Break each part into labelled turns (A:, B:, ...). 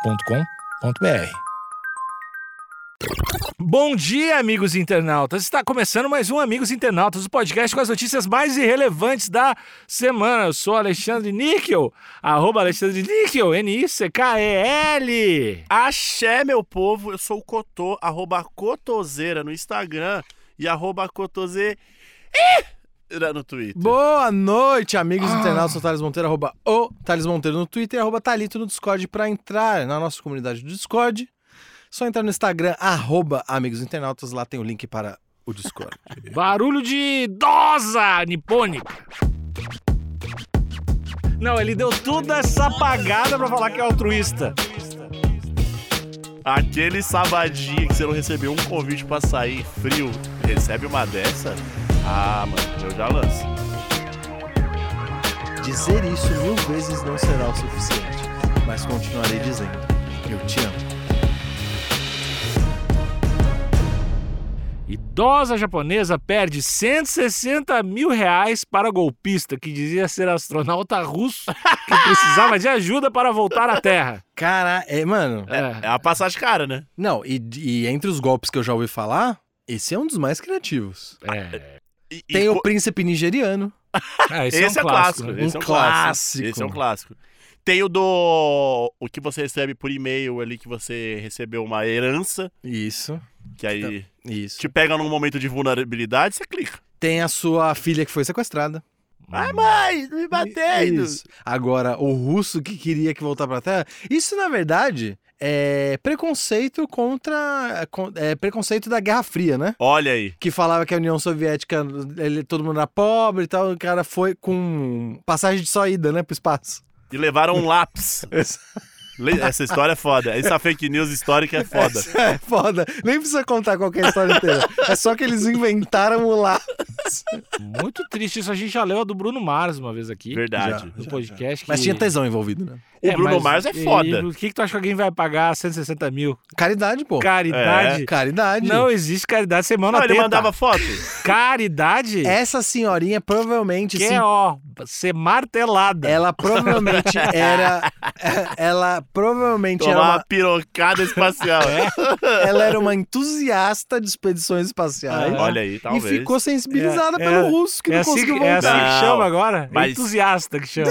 A: agenciadepodcast.com.br.
B: Bom dia, amigos internautas. Está começando mais um Amigos Internautas, o podcast com as notícias mais irrelevantes da semana. Eu sou Alexandre Níquel, arroba Alexandre Níquel, N-I-C-K-E-L.
C: Axé, meu povo, eu sou o Cotô, arroba Cotoseira no Instagram e arroba Cotoseira no Twitter.
D: Boa noite, amigos
C: Ah.
D: internautas. Eu sou o Thales Monteiro, arroba o Thales Monteiro no Twitter e arroba Thalito no Discord. Pra entrar na nossa comunidade do Discord, só entrar no Instagram, arroba amigos internautas. Lá tem o link para o Discord.
B: Barulho de idosa nipônica. Não, ele deu toda essa apagada pra falar que é altruísta.
C: Aquele sabadinho que você não recebeu um convite pra sair frio, recebe uma dessa? Ah, mano, eu já lanço.
D: Dizer isso mil vezes não será o suficiente, mas continuarei dizendo. Eu te amo.
B: Idosa japonesa perde 160 mil reais para golpista que dizia ser astronauta russo que precisava de ajuda para voltar à Terra.
D: Cara, é, mano.
C: É a passagem cara, né?
D: Não, e, e entre os golpes que eu já ouvi falar, esse é um dos mais criativos.
B: É, é.
C: E- e
D: Tem o
C: co-
D: príncipe nigeriano.
B: Ah,
C: Esse,
B: né?
C: é, um clássico. Esse é um
D: Um
C: clássico.
D: clássico.
C: Esse é um clássico. Tem o do. O que você recebe por e-mail ali, que você recebeu uma herança,
D: Isso.
C: que aí
D: Isso.
C: te pega num momento de vulnerabilidade, você clica.
D: Tem a sua filha que foi sequestrada.
C: Ai, mãe, me batendo!
D: Isso. Agora, o russo que queria que voltar pra Terra, isso na verdade é preconceito contra. con- É preconceito da Guerra Fria, né?
C: Olha aí.
D: Que falava que a União Soviética, ele, todo mundo era pobre e tal, o cara foi com passagem de só ida, né, pro espaço. É
C: E levaram um lápis.
D: Essa-
C: Le- Essa história é foda. Essa fake news histórica é foda.
D: Essa É foda. Nem precisa contar qualquer história inteira. É só que eles inventaram o lá.
B: Hum, Muito triste isso. A gente já leu a do Bruno Mars uma vez aqui.
C: Verdade.
B: No podcast.
D: Mas
B: que-
D: tinha tesão envolvido, né?
C: O Bruno
B: mas-
C: Mars é
B: e-
C: foda.
B: e O que, que tu acha que alguém vai pagar 160 mil?
D: Caridade, pô.
B: Caridade?
D: Caridade.
B: Não existe caridade sem mão na
C: é. Não, Ah, ele
B: teta.
C: mandava foto.
B: Caridade?
D: Essa senhorinha provavelmente
B: Que
D: se
B: é, ó, ser martelada.
D: Ela provavelmente era. Ela provavelmente era
C: Tomar uma
D: uma,
C: pirocada espacial.
D: ela era uma entusiasta de expedições espaciais.
B: É.
C: Olha aí, Ah, talvez.
D: E ficou sensibilizada
B: É,
D: pelo
B: é,
D: russo que
B: é
D: não
B: assim, que-
D: conseguiu
B: é assim
D: voltar.
B: que
C: Não,
B: chama agora?
C: mas-
B: Entusiasta que chama.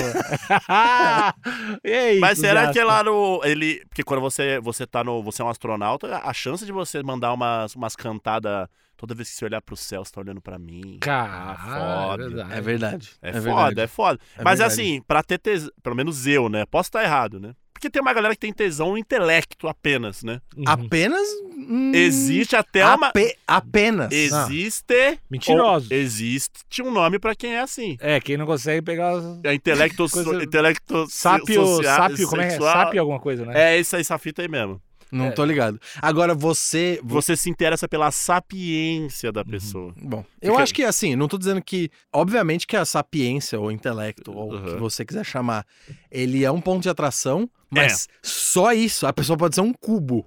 B: É Ei,
C: Mas será que é
B: entusiasta.
C: lá no. Ele, porque quando você, você tá no. Você é um astronauta, a chance de você mandar umas, umas cantadas toda vez que você olhar pro céu, você tá olhando pra mim.
B: Cara,
C: Foda.
B: verdade.
D: É verdade.
C: É,
D: verdade.
C: foda, é foda.
D: É
C: Mas
D: verdade.
C: assim, pra ter tesão. Pelo menos eu, né? Posso estar errado, né? Porque tem uma galera que tem tesão no intelecto apenas, né?
B: Uhum.
D: Apenas. hum,
C: Existe até uma.
D: ape- apenas. Ah.
C: Existe.
B: Mentirosos.
C: Ou Existe um nome pra quem é assim.
B: É, quem não consegue pegar. os-
C: É intelecto,
B: Coisa-
C: intelecto
B: Sápio,
C: social,
B: sápio, como é que é?
C: sexual.
B: Sápio alguma coisa, né?
C: É isso aí, essa fita aí mesmo.
D: Ah, não
B: É.
D: tô ligado. Agora você. vo-
C: Você se interessa pela sapiência da pessoa.
D: Bom, eu
C: Fica aí.
D: acho que assim, não tô dizendo que. Obviamente que a sapiência ou intelecto, ou o que
C: Uhum.
D: você quiser chamar, ele é um ponto de atração,
C: É.
D: mas só isso. A pessoa pode ser um cubo.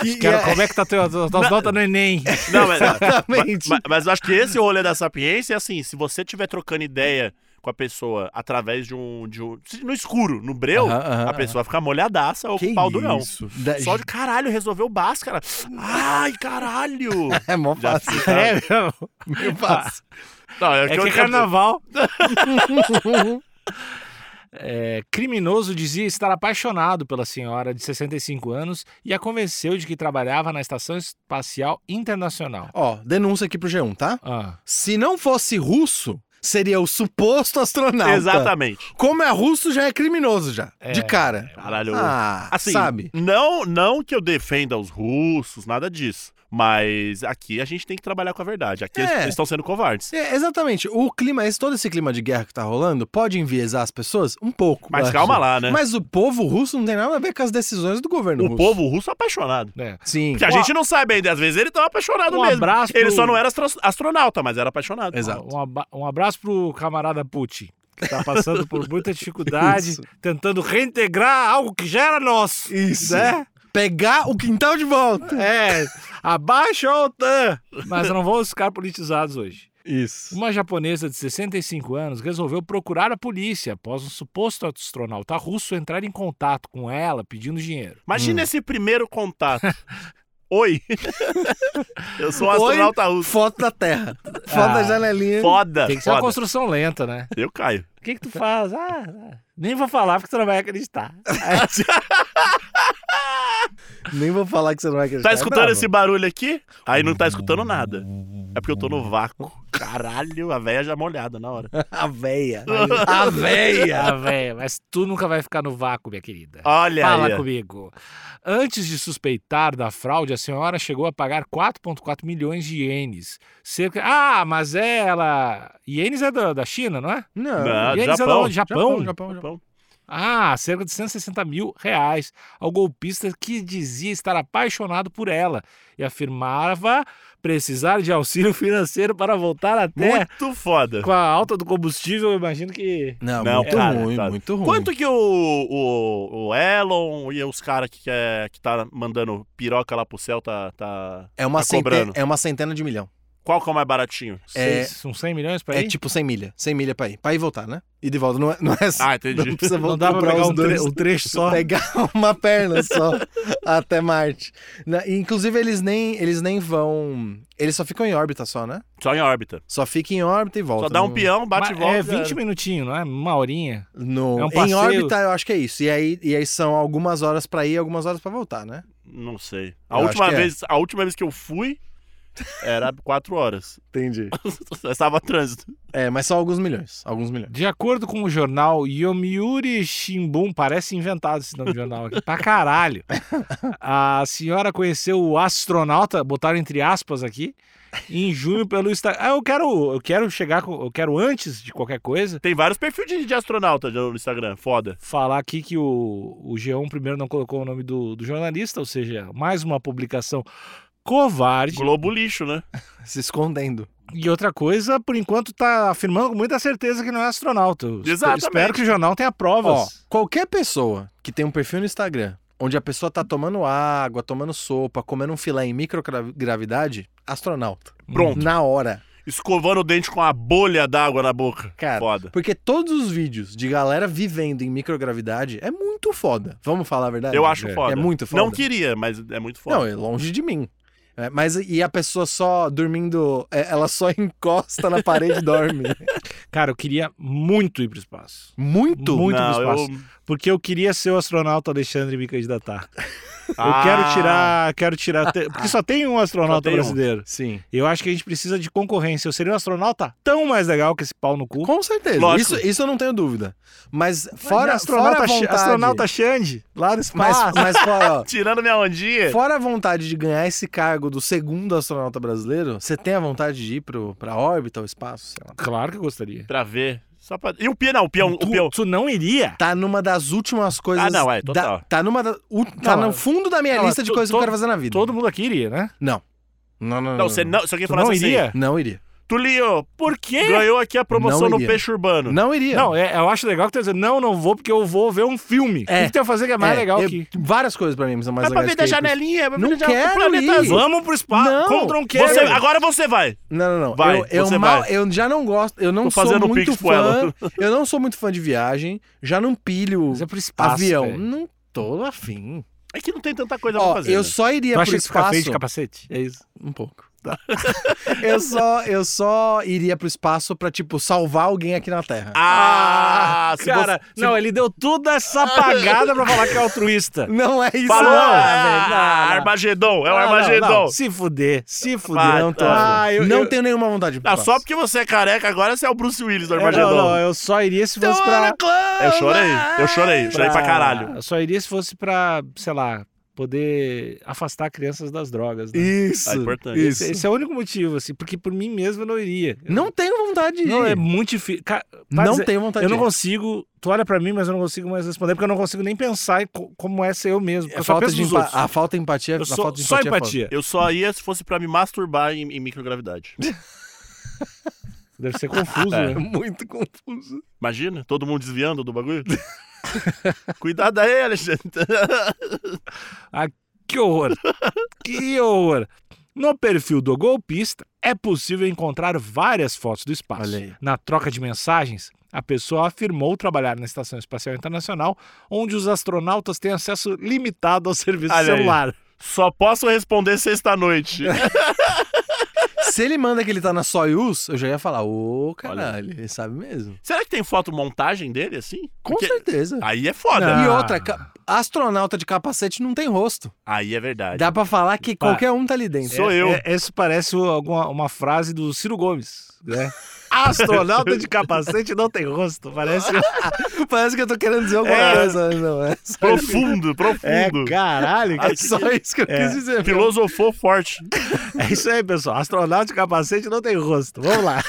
D: Que-
B: Cara,
D: é-
B: É. como é que tá teu, tuas notas no Enem?
C: Não, mas,
D: Exatamente.
C: mas, mas eu acho que esse rolê da sapiência é assim, se você estiver trocando ideia com a pessoa através de um. De um se- no escuro, no breu,
D: Aham, aham,
C: a pessoa fica molhadaça ou com o pau durão.
D: isso? Da-
C: Só de caralho, resolveu o Bhaskara. Ai, caralho!
D: É mó
C: Já
D: fácil.
C: fica-
B: mesmo?
D: Meio fácil.
C: Não, é,
B: É
C: que eu-
B: que carnaval. É, criminoso dizia estar apaixonado pela senhora de 65 anos e a convenceu de que trabalhava na Estação Espacial Internacional.
D: Ó, denúncia aqui pro G1, tá?
B: Ah.
D: Se não fosse russo, seria o suposto astronauta.
C: Exatamente.
D: Como é russo, já é criminoso já.
B: É.
D: De cara.
C: Caralho.
D: Ah,
C: Assim,
D: sabe?
C: Não, não que eu defenda os russos, nada disso. Mas aqui a gente tem que trabalhar com a verdade. Aqui eles-
D: É.
C: eles estão sendo covardes.
D: É, exatamente. O clima, esse, todo esse clima de guerra que tá rolando pode enviesar as pessoas um pouco.
C: Mas
D: eu
C: calma
D: acho.
C: lá, né?
D: Mas o povo russo não tem nada a ver com as decisões do governo
C: o
D: russo.
C: povo russo é apaixonado.
B: É.
D: Sim.
C: Porque a
B: Um
C: gente não sabe ainda. Às vezes ele tá apaixonado
B: Um
C: mesmo.
B: abraço
C: Ele
B: pro-
C: só não era astro- astronauta, mas era apaixonado.
D: Exato.
B: Um, aba- um abraço pro camarada Putin, que tá passando por muita dificuldade,
D: Isso.
B: tentando reintegrar algo que já era nosso.
D: Isso. É.
B: Né?
D: Pegar o quintal de volta.
B: É, abaixa a OTAN! Mas não vamos ficar politizados hoje.
D: Isso.
B: Uma japonesa de 65 anos resolveu procurar a polícia após um suposto astronauta russo entrar em contato com ela pedindo dinheiro.
D: Hum.
C: Imagina esse primeiro contato. Oi. Eu sou um astronauta russo.
D: Foto da Terra. Foto
B: Ah,
D: da janelinha.
C: Foda.
B: Tem que ser uma
C: foda.
B: construção lenta, né?
C: Eu caio.
B: É O que, que tu faz? Ah, ah, nem vou falar porque tu não vai acreditar.
D: Nem vou falar que você não vai acreditar.
C: Tá
D: É
C: escutando
D: brabo.
C: esse barulho aqui? Aí não tá escutando nada. É porque eu tô no vácuo. Caralho, a véia já molhada na hora.
D: A véia.
B: A véia! A véia, ah, mas tu nunca vai ficar no vácuo, minha querida.
C: Olha
B: Fala
C: aí.
B: comigo. Antes de suspeitar da fraude, a senhora chegou a pagar 4,4 milhões de ienes. Cerca... Ah, mas é ela. Ienes é da, da China, não é?
D: Não.
C: Não. Ah, do
B: ienes é da
C: Japão.
B: onde? Japão.
D: Japão, Japão.
C: Japão.
B: Ah, cerca de 160 mil reais ao golpista que dizia estar apaixonado por ela e afirmava precisar de auxílio financeiro para voltar até.
C: Muito
D: É.
C: foda.
B: Com a alta do combustível, eu imagino que.
D: Não,
C: Não,
D: muito
C: cara,
D: ruim,
C: cara.
D: muito ruim.
C: Quanto que o, o, o Elon e os caras que, quer- que tá mandando piroca lá pro céu tá. tá...
D: É uma,
C: tá
D: centena,
C: cobrando?
D: é uma centena de milhão.
C: Qual que é o mais baratinho?
D: É-
B: seis, uns 100 milhões para
D: É
B: ir?
D: tipo 100 milha. 100 milha pra ir. Pra ir e voltar, né? E de volta. Não é, não é
C: Ah,
D: Não
C: entendi.
D: precisa
B: Não
D: voltar
B: dá pra pegar
D: os
B: um,
D: dois.
B: tre um trecho só.
D: Pegar uma perna só até Marte. Na- e, inclusive, eles nem, eles nem vão. Eles só ficam em órbita só, né?
C: Só em órbita.
D: Só fica em órbita e volta.
C: Só dá um
D: Não-
C: peão, bate e
B: Mas
C: volta.
B: É
C: já era.
B: 20 minutinhos, não é? Uma horinha.
D: No,
B: É um
D: em
B: passeio.
D: órbita, eu acho que é isso. E aí, e aí são algumas horas pra ir e algumas horas pra voltar, né?
C: Não sei. A
D: Eu acho
C: última,
D: que é.
C: vez, a última vez que eu fui era 4 horas.
D: Entendi.
C: Estava trânsito.
D: É, mas são alguns milhões. Alguns milhões.
B: De acordo com o jornal Yomiuri Shimbun, parece inventado esse nome de jornal aqui, pra caralho. A senhora conheceu o astronauta, botaram entre aspas aqui, em junho pelo Instagram. Ah, eu quero, eu quero chegar, com- eu quero antes de qualquer coisa,
C: Tem vários perfis de, de astronauta no Instagram. Foda.
B: falar aqui que o, o G1 primeiro não colocou o nome do, do jornalista, ou seja, mais uma publicação covarde.
C: Globo lixo, né?
D: Se escondendo.
B: E outra coisa, por enquanto, tá afirmando com muita certeza que não é astronauta. Eu espe-
C: Exatamente.
B: Espero que o jornal tenha
D: Ó,
B: provas.
D: qualquer pessoa que tem um perfil no Instagram onde a pessoa tá tomando água, tomando sopa, comendo um filé em microgravidade, astronauta.
C: Pronto.
D: Na hora.
C: Escovando o dente com a bolha d'água na boca.
D: Cara,
C: Foda.
D: Porque todos os vídeos de galera vivendo em microgravidade é muito foda. Vamos falar a verdade?
C: Eu acho
B: é.
C: foda.
D: É muito foda.
C: Não queria, mas é muito foda.
D: Não, é longe de mim. É, mas e a pessoa só dormindo, é, ela só encosta na parede e dorme.
B: Cara, eu queria muito ir pro espaço.
D: é Muito?
B: Muito
C: Não,
B: espaço.
C: eu-
B: Porque eu queria ser o astronauta Alexandre e me candidatar. Eu
C: Ah,
B: quero tirar. Quero tirar. te- Porque só tem um astronauta
C: Só tem um.
B: brasileiro.
D: Sim.
B: Eu acho que a gente precisa de concorrência. Eu seria um astronauta tão mais legal que esse pau no cu.
D: Com certeza.
C: Lógico.
D: Isso, isso eu não tenho dúvida. Mas fora,
B: astronauta,
D: fora a
B: Xa-
D: vontade...
B: astronauta Xande, lá no
D: mas,
B: espaço. É.
D: mas fora, ó,
C: Tirando minha ondinha.
D: fora a vontade de ganhar esse cargo do segundo astronauta brasileiro, você tem a vontade de ir pro, pra órbita ou espaço? Sei lá.
B: Claro que eu gostaria.
C: Pra ver. Só pra... E o peão, não, o peão,
B: tu,
C: o peão.
B: tu não iria?
D: Tá numa das últimas coisas...
C: Ah, não, é, total.
D: Da, tá numa da, u- tá
B: Não, é.
D: no fundo da minha
B: não,
D: lista de
B: to-
D: coisas que eu
B: to-
D: quero fazer na vida.
B: Todo mundo aqui iria, né?
D: Não. Não, não, não.
C: Não, você não, se alguém
B: Tu não
C: falasse assim,
B: iria?
D: Não iria.
C: Tulinho, por quê? Ganhou aqui a promoção
D: Não
C: no
D: iria.
C: peixe urbano.
D: Não iria.
B: Não, é- eu acho legal que tu dizendo, não, não vou porque eu vou ver um filme. O
D: É.
B: que tu tem a fazer que é mais
D: É,
B: legal
D: eu-
B: que.
D: Várias coisas pra mim são mais
C: é pra
D: legais
C: ver da
D: que-
C: janelinha, é pra
D: Não
C: ver da janelinha.
D: quero
C: planeta
D: ir.
C: Azul.
B: Vamos pro espaço.
D: Não,
B: Contra um
C: Você,
B: Kennedy.
C: agora você vai.
D: Não, não, não.
C: Vai,
D: eu, eu
C: você
D: mal,
C: vai.
D: eu já não gosto, eu não
C: Tô
D: sou
C: fazendo um
D: muito
C: pix pro ela.
D: fã. Eu não sou muito fã de viagem, já não pilho
B: Mas é pro espaço.
D: avião.
B: velho.
D: Não tô afim.
C: É que não tem tanta coisa pra
D: Ó,
C: fazer.
D: eu
C: né?
D: só
B: Tu
D: iria pro
B: acha que fica feio
D: espaço
B: de capacete? É isso.
D: um pouco. tá? eu só eu só iria pro espaço pra, tipo salvar alguém aqui na Terra.
C: Ah, se
B: Cara,
C: você- tá se- Ah,
B: não, ele deu toda essa apagada pra falar que é altruísta.
D: Não é isso.
C: Falou!
D: não.
C: ah,
B: velho, não,
C: ah,
B: não.
C: Armagedon, é o
B: Ah, não,
C: Armagedon.
B: não, Se fuder, se fuder.
C: Ah,
D: Não tô.
B: tá.
D: afim.
B: Ah, eu-
D: não
B: eu-
D: tenho nenhuma vontade. pro
C: Ah, só
D: espaço.
C: porque você é careca, agora você é o Bruce Willis do
B: É, não, não, é-
C: Armagedon.
B: eu só iria se fosse pra...
C: Eu chorei, eu chorei, eu chorei pra caralho.
B: Eu só iria se fosse pra, sei lá, poder afastar crianças das drogas. né?
D: Isso.
C: Ah, importante.
D: Isso.
B: Esse, esse é o único motivo, assim, porque por mim mesmo eu não iria. Eu-
D: Não tenho vontade de ir.
B: Não, é muito difícil. Ca- pra
D: Não
B: dizer-
D: tenho vontade
B: Eu não
D: de ir.
B: consigo. Tu olha pra mim, mas eu não consigo mais responder, porque eu não consigo nem pensar em co- como é ser eu mesmo. porque
D: A
B: Eu só
D: falta,
B: penso
D: de
B: nos
D: empa...
B: outros.
D: a falta de empatia.
B: Ah, Eu
D: a
B: sou,
D: falta de
B: só
D: empatia. é foda.
B: empatia.
C: Eu só ia se fosse pra me masturbar em, em microgravidade.
B: Deve ser confuso, né?
C: É.
D: muito confuso.
C: Imagina, todo mundo desviando do bagulho. Cuidado aí, Alexandre.
B: Que horror! que horror! No perfil do golpista, é possível encontrar várias fotos do espaço.
D: Olha aí.
B: Na troca de mensagens, a pessoa afirmou trabalhar na Estação Espacial Internacional, onde os astronautas têm acesso limitado ao serviço
C: Olha aí.
B: celular.
C: Só posso responder sexta-noite.
D: Se ele manda que ele tá na Soyuz, eu já ia falar, ô, caralho, ele sabe mesmo.
C: Será que tem fotomontagem dele assim?
D: Com
C: Porque
D: certeza.
C: Aí é foda.
B: Não.
D: E outra, ca- astronauta de capacete não tem rosto.
C: Aí é verdade.
D: Dá pra falar que
B: Pá.
D: qualquer um tá ali dentro.
C: Sou eu.
B: É, isso parece alguma, uma frase do Ciro Gomes, né? Astronauta de capacete não tem rosto, parece. um-
D: Parece que eu tô querendo dizer alguma
C: É.
D: coisa. mas Não, é só,
C: Profundo,
B: É,
C: profundo.
B: caralho, cara.
D: é só isso que eu
B: É.
D: quis dizer.
C: Filosofou forte.
B: É isso aí, pessoal. Astronauta de capacete não tem rosto. Vamos lá.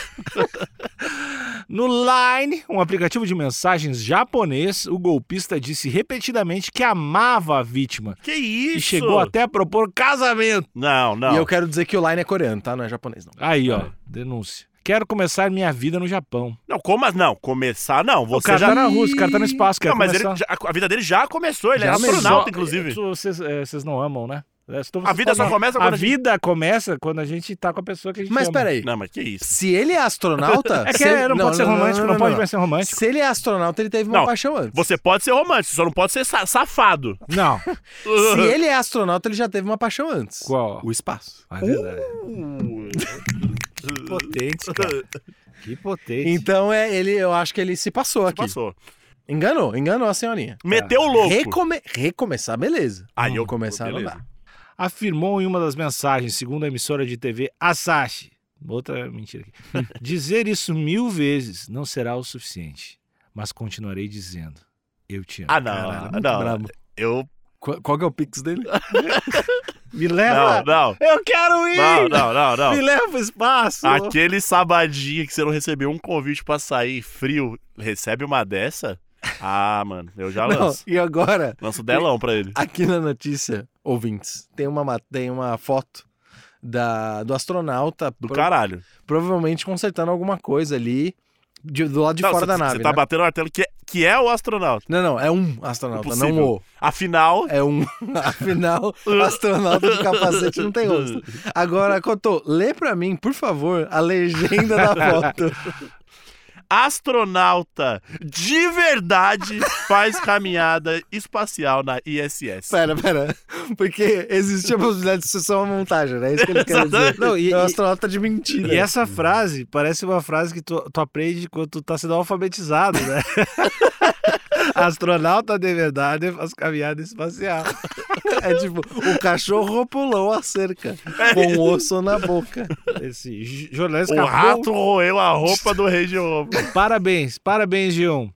B: No Line, um aplicativo de mensagens japonês, o golpista disse repetidamente que amava a vítima
C: Que isso?
B: e chegou até a propor casamento.
C: Não, não.
D: E eu quero dizer que o Line é coreano, tá? Não é japonês, não.
B: Aí, ó, denúncia. Quero começar minha vida no Japão.
C: Não, como as- Não, começar não.
B: O
C: Você
B: cara
C: já.
B: tá na Rússia, o cara tá no espaço, quer
C: Não, mas ele
B: começar. Tá
C: já- a vida dele já começou. Ele é
D: Já
C: astronauta,
B: Só-
C: inclusive.
B: Isso Vocês, é, vocês não amam, né? É, só
C: A
B: vocês
C: vida só
B: falam.
C: começa
B: A
C: quando a gente-
B: vida começa quando a gente tá com a pessoa que a gente
D: Mas
B: ama.
D: peraí.
C: Não, mas que isso?
D: Se ele é astronauta.
B: É que
D: se ele-
B: é, não, pode ser romântico, não, pode mais ser romântico.
D: Se ele é astronauta, ele teve uma
C: Não,
D: paixão antes.
C: Você pode ser romântico, só não pode ser sa- safado.
B: Não.
D: Se ele é astronauta, ele já teve uma paixão antes.
B: Qual?
D: O espaço.
B: Ah, é verdade.
C: Uh.
B: potente, cara. Que potente.
D: Então é, ele, eu acho que ele se passou aqui.
C: Passou.
D: Enganou, enganou a senhorinha.
C: Meteu o louco.
D: Recome- recomeçar, beleza.
C: Aí eu-
D: começar não
C: beleza.
D: dá.
B: afirmou em uma das mensagens, segundo a emissora de TV Asahi. Outra mentira aqui. Dizer isso mil vezes não será o suficiente, mas continuarei dizendo. Eu te amo.
C: Ah, não.
B: Caralho.
C: não.
D: brabo.
C: Eu.
D: Qual, qual que é o pix dele?
B: Me
D: É,
C: Não,
B: leva.
C: não.
B: Eu quero ir.
C: Não, não, não,
B: Me
C: não.
B: leva pro espaço.
C: Aquele sabadinho que você não recebeu um convite pra sair frio, recebe uma dessa? Ah, mano, eu já
D: Não,
C: lanço.
D: e agora,
C: Lanço delão pra ele.
D: aqui na notícia, ouvintes, tem uma, ma- tem uma foto da, do astronauta
C: Do
D: pro-
C: caralho.
D: provavelmente consertando alguma coisa ali de- do lado de
C: Não,
D: fora
C: cê-
D: da
C: cê
D: nave.
C: tá
D: né?
C: batendo o martelo que é, que é o astronauta.
D: Não, não, é um astronauta, não
C: Impossível.
D: o.
C: Afinal,
D: É um. Afinal, astronauta de capacete não tem rosto. Agora, Cotô, lê pra mim, por favor, a legenda da foto.
C: astronauta de verdade faz caminhada espacial na ISS.
D: Pera, pera. Porque existe a possibilidade de ser só uma montagem, né? É isso que ele quer dizer.
C: Exatamente.
B: Não, e-
D: é um
B: e-
D: astronauta de mentira.
B: E essa frase parece uma frase que tu, tu aprende quando tu tá sendo alfabetizado, né? Astronauta de verdade faz caminhada espacial.
D: É tipo, o cachorro pulou a cerca
B: É
D: com o osso na boca.
B: Esse j- jornalista
C: O
B: acabou-
C: rato roeu a roupa do rei de roupa.
B: Parabéns, parabéns, Gion.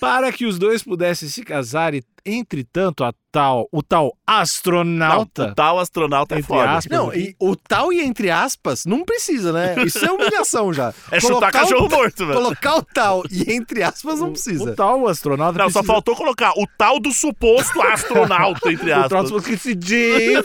B: Para que os dois pudessem se casar e, entretanto, a tal, o tal astronauta.
C: Não, o tal astronauta é
B: Entre
C: foda.
B: aspas.
D: Não, e o tal e entre aspas não precisa, né? Isso é humilhação já.
C: É chutar
D: Colocar o-
C: cachorro morto, velho.
D: Colocar o tal e entre aspas não
B: o
D: precisa.
B: tal astronauta.
C: Não, só
B: precisa-
C: faltou colocar o tal do suposto astronauta, entre
B: O
C: aspas.
B: troço que se diz.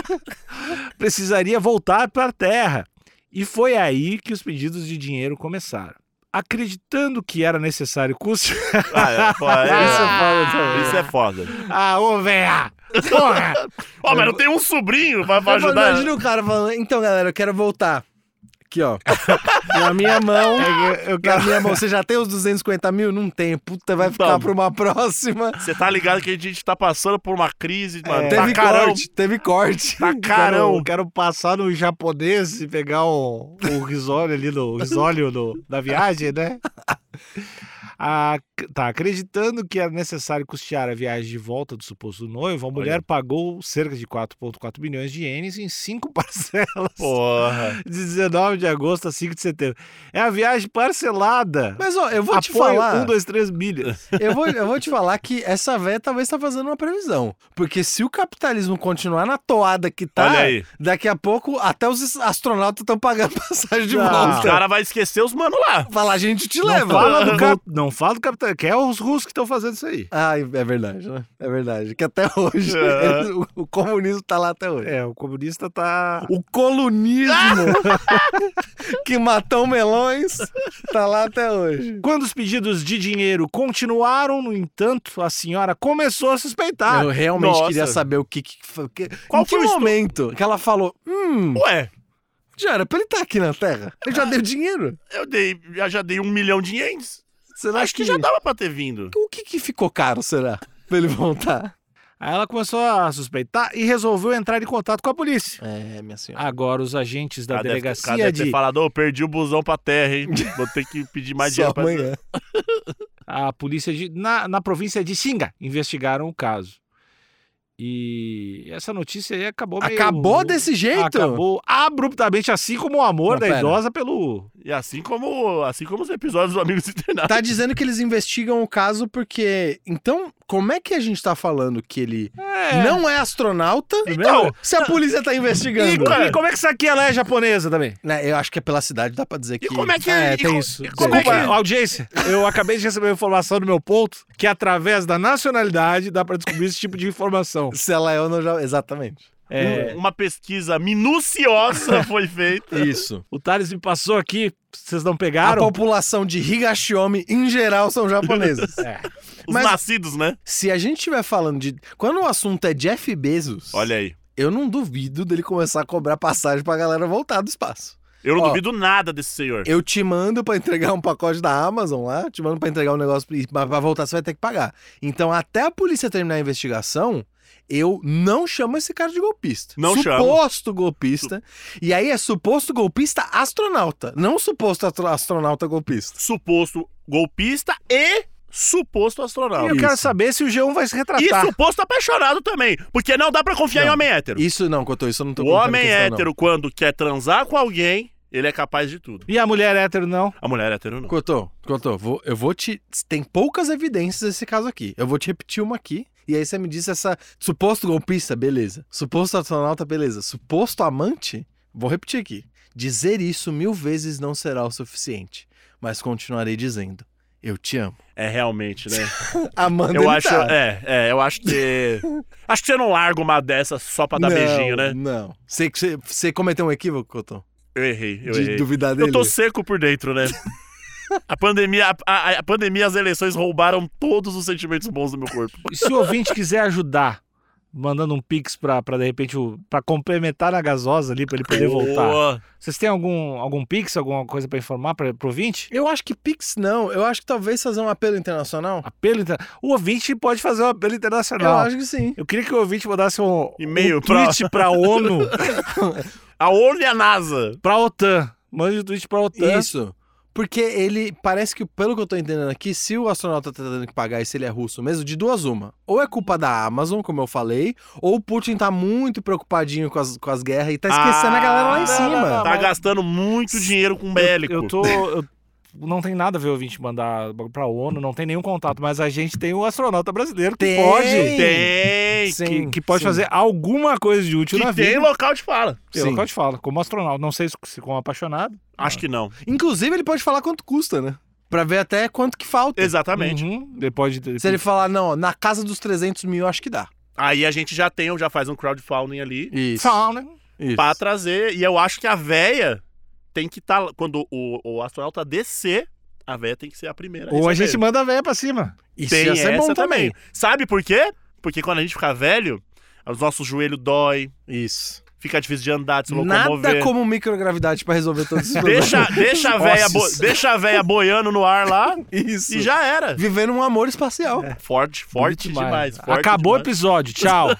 B: Precisaria voltar para a Terra. E foi aí que os pedidos de dinheiro começaram. Acreditando que era necessário custo.
C: Ah, é, pô, é
D: Isso
C: isso.
D: é foda
C: Isso é foda.
D: também.
B: ah, ô, véia! Porra!
C: Ó, mas não tem um sobrinho pra, pra
D: Eu falo,
C: ajudar.
D: Então, Imagina o cara falando, então galera, eu quero voltar. Aqui, ó. Na minha mão.
B: Eu
D: Na minha mão, você já tem os 250 mil? Não tem. Puta, vai ficar
C: Então.
D: pra uma próxima.
C: Você tá ligado que a gente tá passando por uma crise, mano.
D: É. teve
C: tá carão.
D: corte, teve corte.
C: Tá
B: Quero,
C: carão.
B: quero passar no japonês e pegar o, o risório ali, no, o risório no- da viagem, né? Ah, c- tá, acreditando que era necessário custear a viagem de volta do suposto noivo, a mulher pagou cerca de 4,4 bilhões de ienes em cinco parcelas.
C: Porra.
B: 19 de agosto a 5 de setembro. É a viagem parcelada.
D: Mas ó, eu vou te
B: Apoio
D: falar.
B: 1, 2, 3 milhas.
D: Eu vou, eu vou te falar que essa véia talvez tá fazendo uma previsão. Porque se o capitalismo continuar na toada que tá,
C: Olha aí.
D: daqui a pouco até os astronautas estão pagando passagem de
B: Não.
D: volta.
C: Os caras vão esquecer os mano lá.
D: Falar, a gente te
B: Não
D: leva.
B: fala, do cap- não Não fala do capitalismo, que é os russos que estão fazendo isso aí.
D: Ah, é verdade, né? É verdade. Que até hoje
C: É.
D: eles- o, o comunismo tá lá até hoje.
B: É, o comunista tá.
D: O colunismo que matou melões tá lá até hoje.
B: Quando os pedidos de dinheiro continuaram, no entanto, a senhora começou a suspeitar.
D: Eu realmente
C: nossa.
D: queria saber o que. que, Ah, foi- que
C: Qual
D: em que
C: foi o estu-
D: momento que ela falou: Hum, Ah.
C: Ué,
D: já era pra ele estar aqui na Terra. Ele já deu dinheiro.
C: eu dei, eu já dei um milhão de ienes.
D: Será
C: Acho que já dava pra ter vindo.
D: O que, que ficou caro, será? Pra ele voltar?
B: Aí ela começou a suspeitar e resolveu entrar em contato com a polícia.
D: É, minha senhora.
B: Agora, os agentes da
C: Cara, deve ter-
B: delegacia
C: cara deve ter
B: de.
C: falado, "Ô, perdi o busão pra terra, hein? Vou ter que pedir mais
D: Só
C: dinheiro pra...
D: amanhã.
B: A polícia de. Na, na província de Singa investigaram o caso. E essa notícia aí acabou meio...
D: um- Acabou desse jeito?
B: Acabou abruptamente, assim como o amor
D: Não,
B: da
D: pera.
B: idosa pelo.
C: E assim como, assim como os episódios dos Amigos Internados.
D: Tá dizendo que eles investigam o caso porque. Então, como é que a gente tá falando que ele
B: É.
D: não é astronauta?
C: Então,
D: se a polícia tá
B: E,
D: investigando.
B: co- e como é que isso aqui ela é japonesa também?
D: Né, eu acho que pela cidade dá pra dizer que.
C: como é que-
D: É,
C: e
D: tem
C: co-
D: isso.
C: e como
D: Tem.
B: Desculpa,
C: é que-
B: audiência. Eu acabei de receber a informação do meu ponto que através da nacionalidade dá pra descobrir esse tipo de informação.
D: Se ela é ou não já. Exatamente.
B: É,
C: um- uma pesquisa minuciosa foi feita.
D: Isso.
B: o Thales me passou aqui, vocês não
D: A
B: pegaram?
D: população de Higashiomi, em geral, são japoneses.
B: É.
C: Os
D: Mas-
C: nascidos, né?
D: Se a gente estiver falando de. Quando o assunto é Jeff Bezos,
C: Olha aí.
D: eu não duvido dele começar a cobrar passagem pra galera voltar do espaço.
C: Eu não
D: Ó.
C: duvido nada desse senhor.
D: Eu te mando pra entregar um pacote da Amazon lá, te mando pra entregar um negócio pra- pra pra voltar, você vai ter que pagar. Então, até a polícia terminar a investigação, eu não chamo esse cara de golpista.
C: Não
D: suposto
C: chamo.
D: Suposto golpista. E aí é suposto golpista astronauta, não suposto astro- astronauta golpista.
C: Suposto golpista e suposto
B: E
C: astronauta.
B: eu quero
D: Isso.
B: saber se o G1 vai se
C: E
B: retratar.
C: suposto apaixonado também. Porque não dá pra confiar
D: tá. Não.
C: em homem hétero.
D: Isso não, Cotô, isso eu não tô
C: O
D: colocando em
C: homem é
D: questão, não.
C: hétero, quando quer transar com alguém, ele é capaz de tudo.
B: E a mulher hétero não?
C: A mulher hétero não.
D: Cotô, Cotô, vou- eu vou te. Tem poucas evidências desse caso aqui. Eu vou te repetir uma aqui. E aí você me disse essa. Suposto golpista, beleza. Suposto astronauta, beleza. Suposto amante, vou repetir aqui. Dizer isso mil vezes não será o suficiente. Mas continuarei dizendo. Eu te amo.
C: É realmente, né?
D: Amanda,
C: Eu
D: ele
C: acho.
D: tá.
C: É, é, eu acho que. Acho que você não larga uma dessa só pra dar
D: Não,
C: beijinho, né?
D: Não. Você, você, você cometeu um equívoco, Cotô?
C: Eu errei, eu
D: de
C: errei.
D: duvidar dele?
C: Eu tô seco por dentro, né? A pandemia, a, a- a pandemia, as eleições roubaram todos os sentimentos bons do meu corpo.
B: E se o ouvinte quiser ajudar, mandando um pix pra, pra de repente, o- pra complementar a gasosa ali, pra ele poder voltar.
C: Boa.
B: Vocês têm algum, algum pix, alguma coisa pra informar pra, pro ouvinte?
D: Eu acho que Pix não. Eu acho que talvez fazer um apelo internacional.
B: Apelo inter... O ouvinte pode fazer um apelo
D: Eu
B: internacional.
D: acho que sim.
B: Eu queria que o ouvinte mandasse um,
C: E-mail
B: um tweet pra ONU,
C: A ONU e a NASA.
B: pra OTAN. Mande um tweet pra OTAN.
D: Isso. Porque ele, parece que, pelo que eu tô entendendo aqui, se o astronauta tá tendo que pagar e se ele é russo mesmo, de duas uma. Ou é culpa da Amazon, como eu falei, ou o Putin tá muito preocupadinho com as, com as guerras e tá esquecendo a galera lá em
B: Ah,
D: cima.
B: não, não,
C: Tá
B: mas-
C: gastando muito dinheiro com bélico.
B: Eu, eu tô. eu- Não tem nada a ver o ouvinte mandar bagulho pra ONU, não tem nenhum contato, mas a gente tem um astronauta brasileiro que
D: Tem.
B: pode.
C: Tem.
D: Sim,
B: que, que pode
D: sim.
B: fazer alguma coisa de útil na
C: Que tem
B: vida.
C: local de fala.
B: Pelo
D: Sim.
B: que eu te falo, como astronauta. Não sei se se como apaixonado.
C: Acho que
B: Uhum.
C: não.
D: Inclusive, ele pode falar quanto custa, né? Pra ver até quanto que falta.
C: Exatamente.
B: Uhum, ele pode.
D: Se ele falar, não, ó, na casa dos 300 mil, eu acho que dá.
C: Aí a gente já tem, já faz um crowdfunding ali
D: Isso.
B: Fauna.
D: Isso.
C: pra trazer. E eu acho que a véia tem que estar. quando o, o astronauta descer, a véia tem que ser a primeira.
B: Ou
C: Isso é
B: a gente
C: mesmo.
B: manda a véia pra cima.
D: Isso
C: Tem
D: ia ser
C: essa
D: bom também.
C: Sabe por quê? Porque quando a gente fica velho, os nossos joelhos dói,
D: Isso.
C: fica difícil de andar, de se locomover.
D: Nada como microgravidade pra resolver todos esses problemas.
C: Deixa, deixa, a véia bo-
D: Ossos.
C: deixa a véia boiando no ar lá
D: Isso.
C: e já era.
B: É.
D: Vivendo um amor espacial.
C: Forte, forte demais. forte
B: Acabou o
C: demais.
B: episódio. Tchau.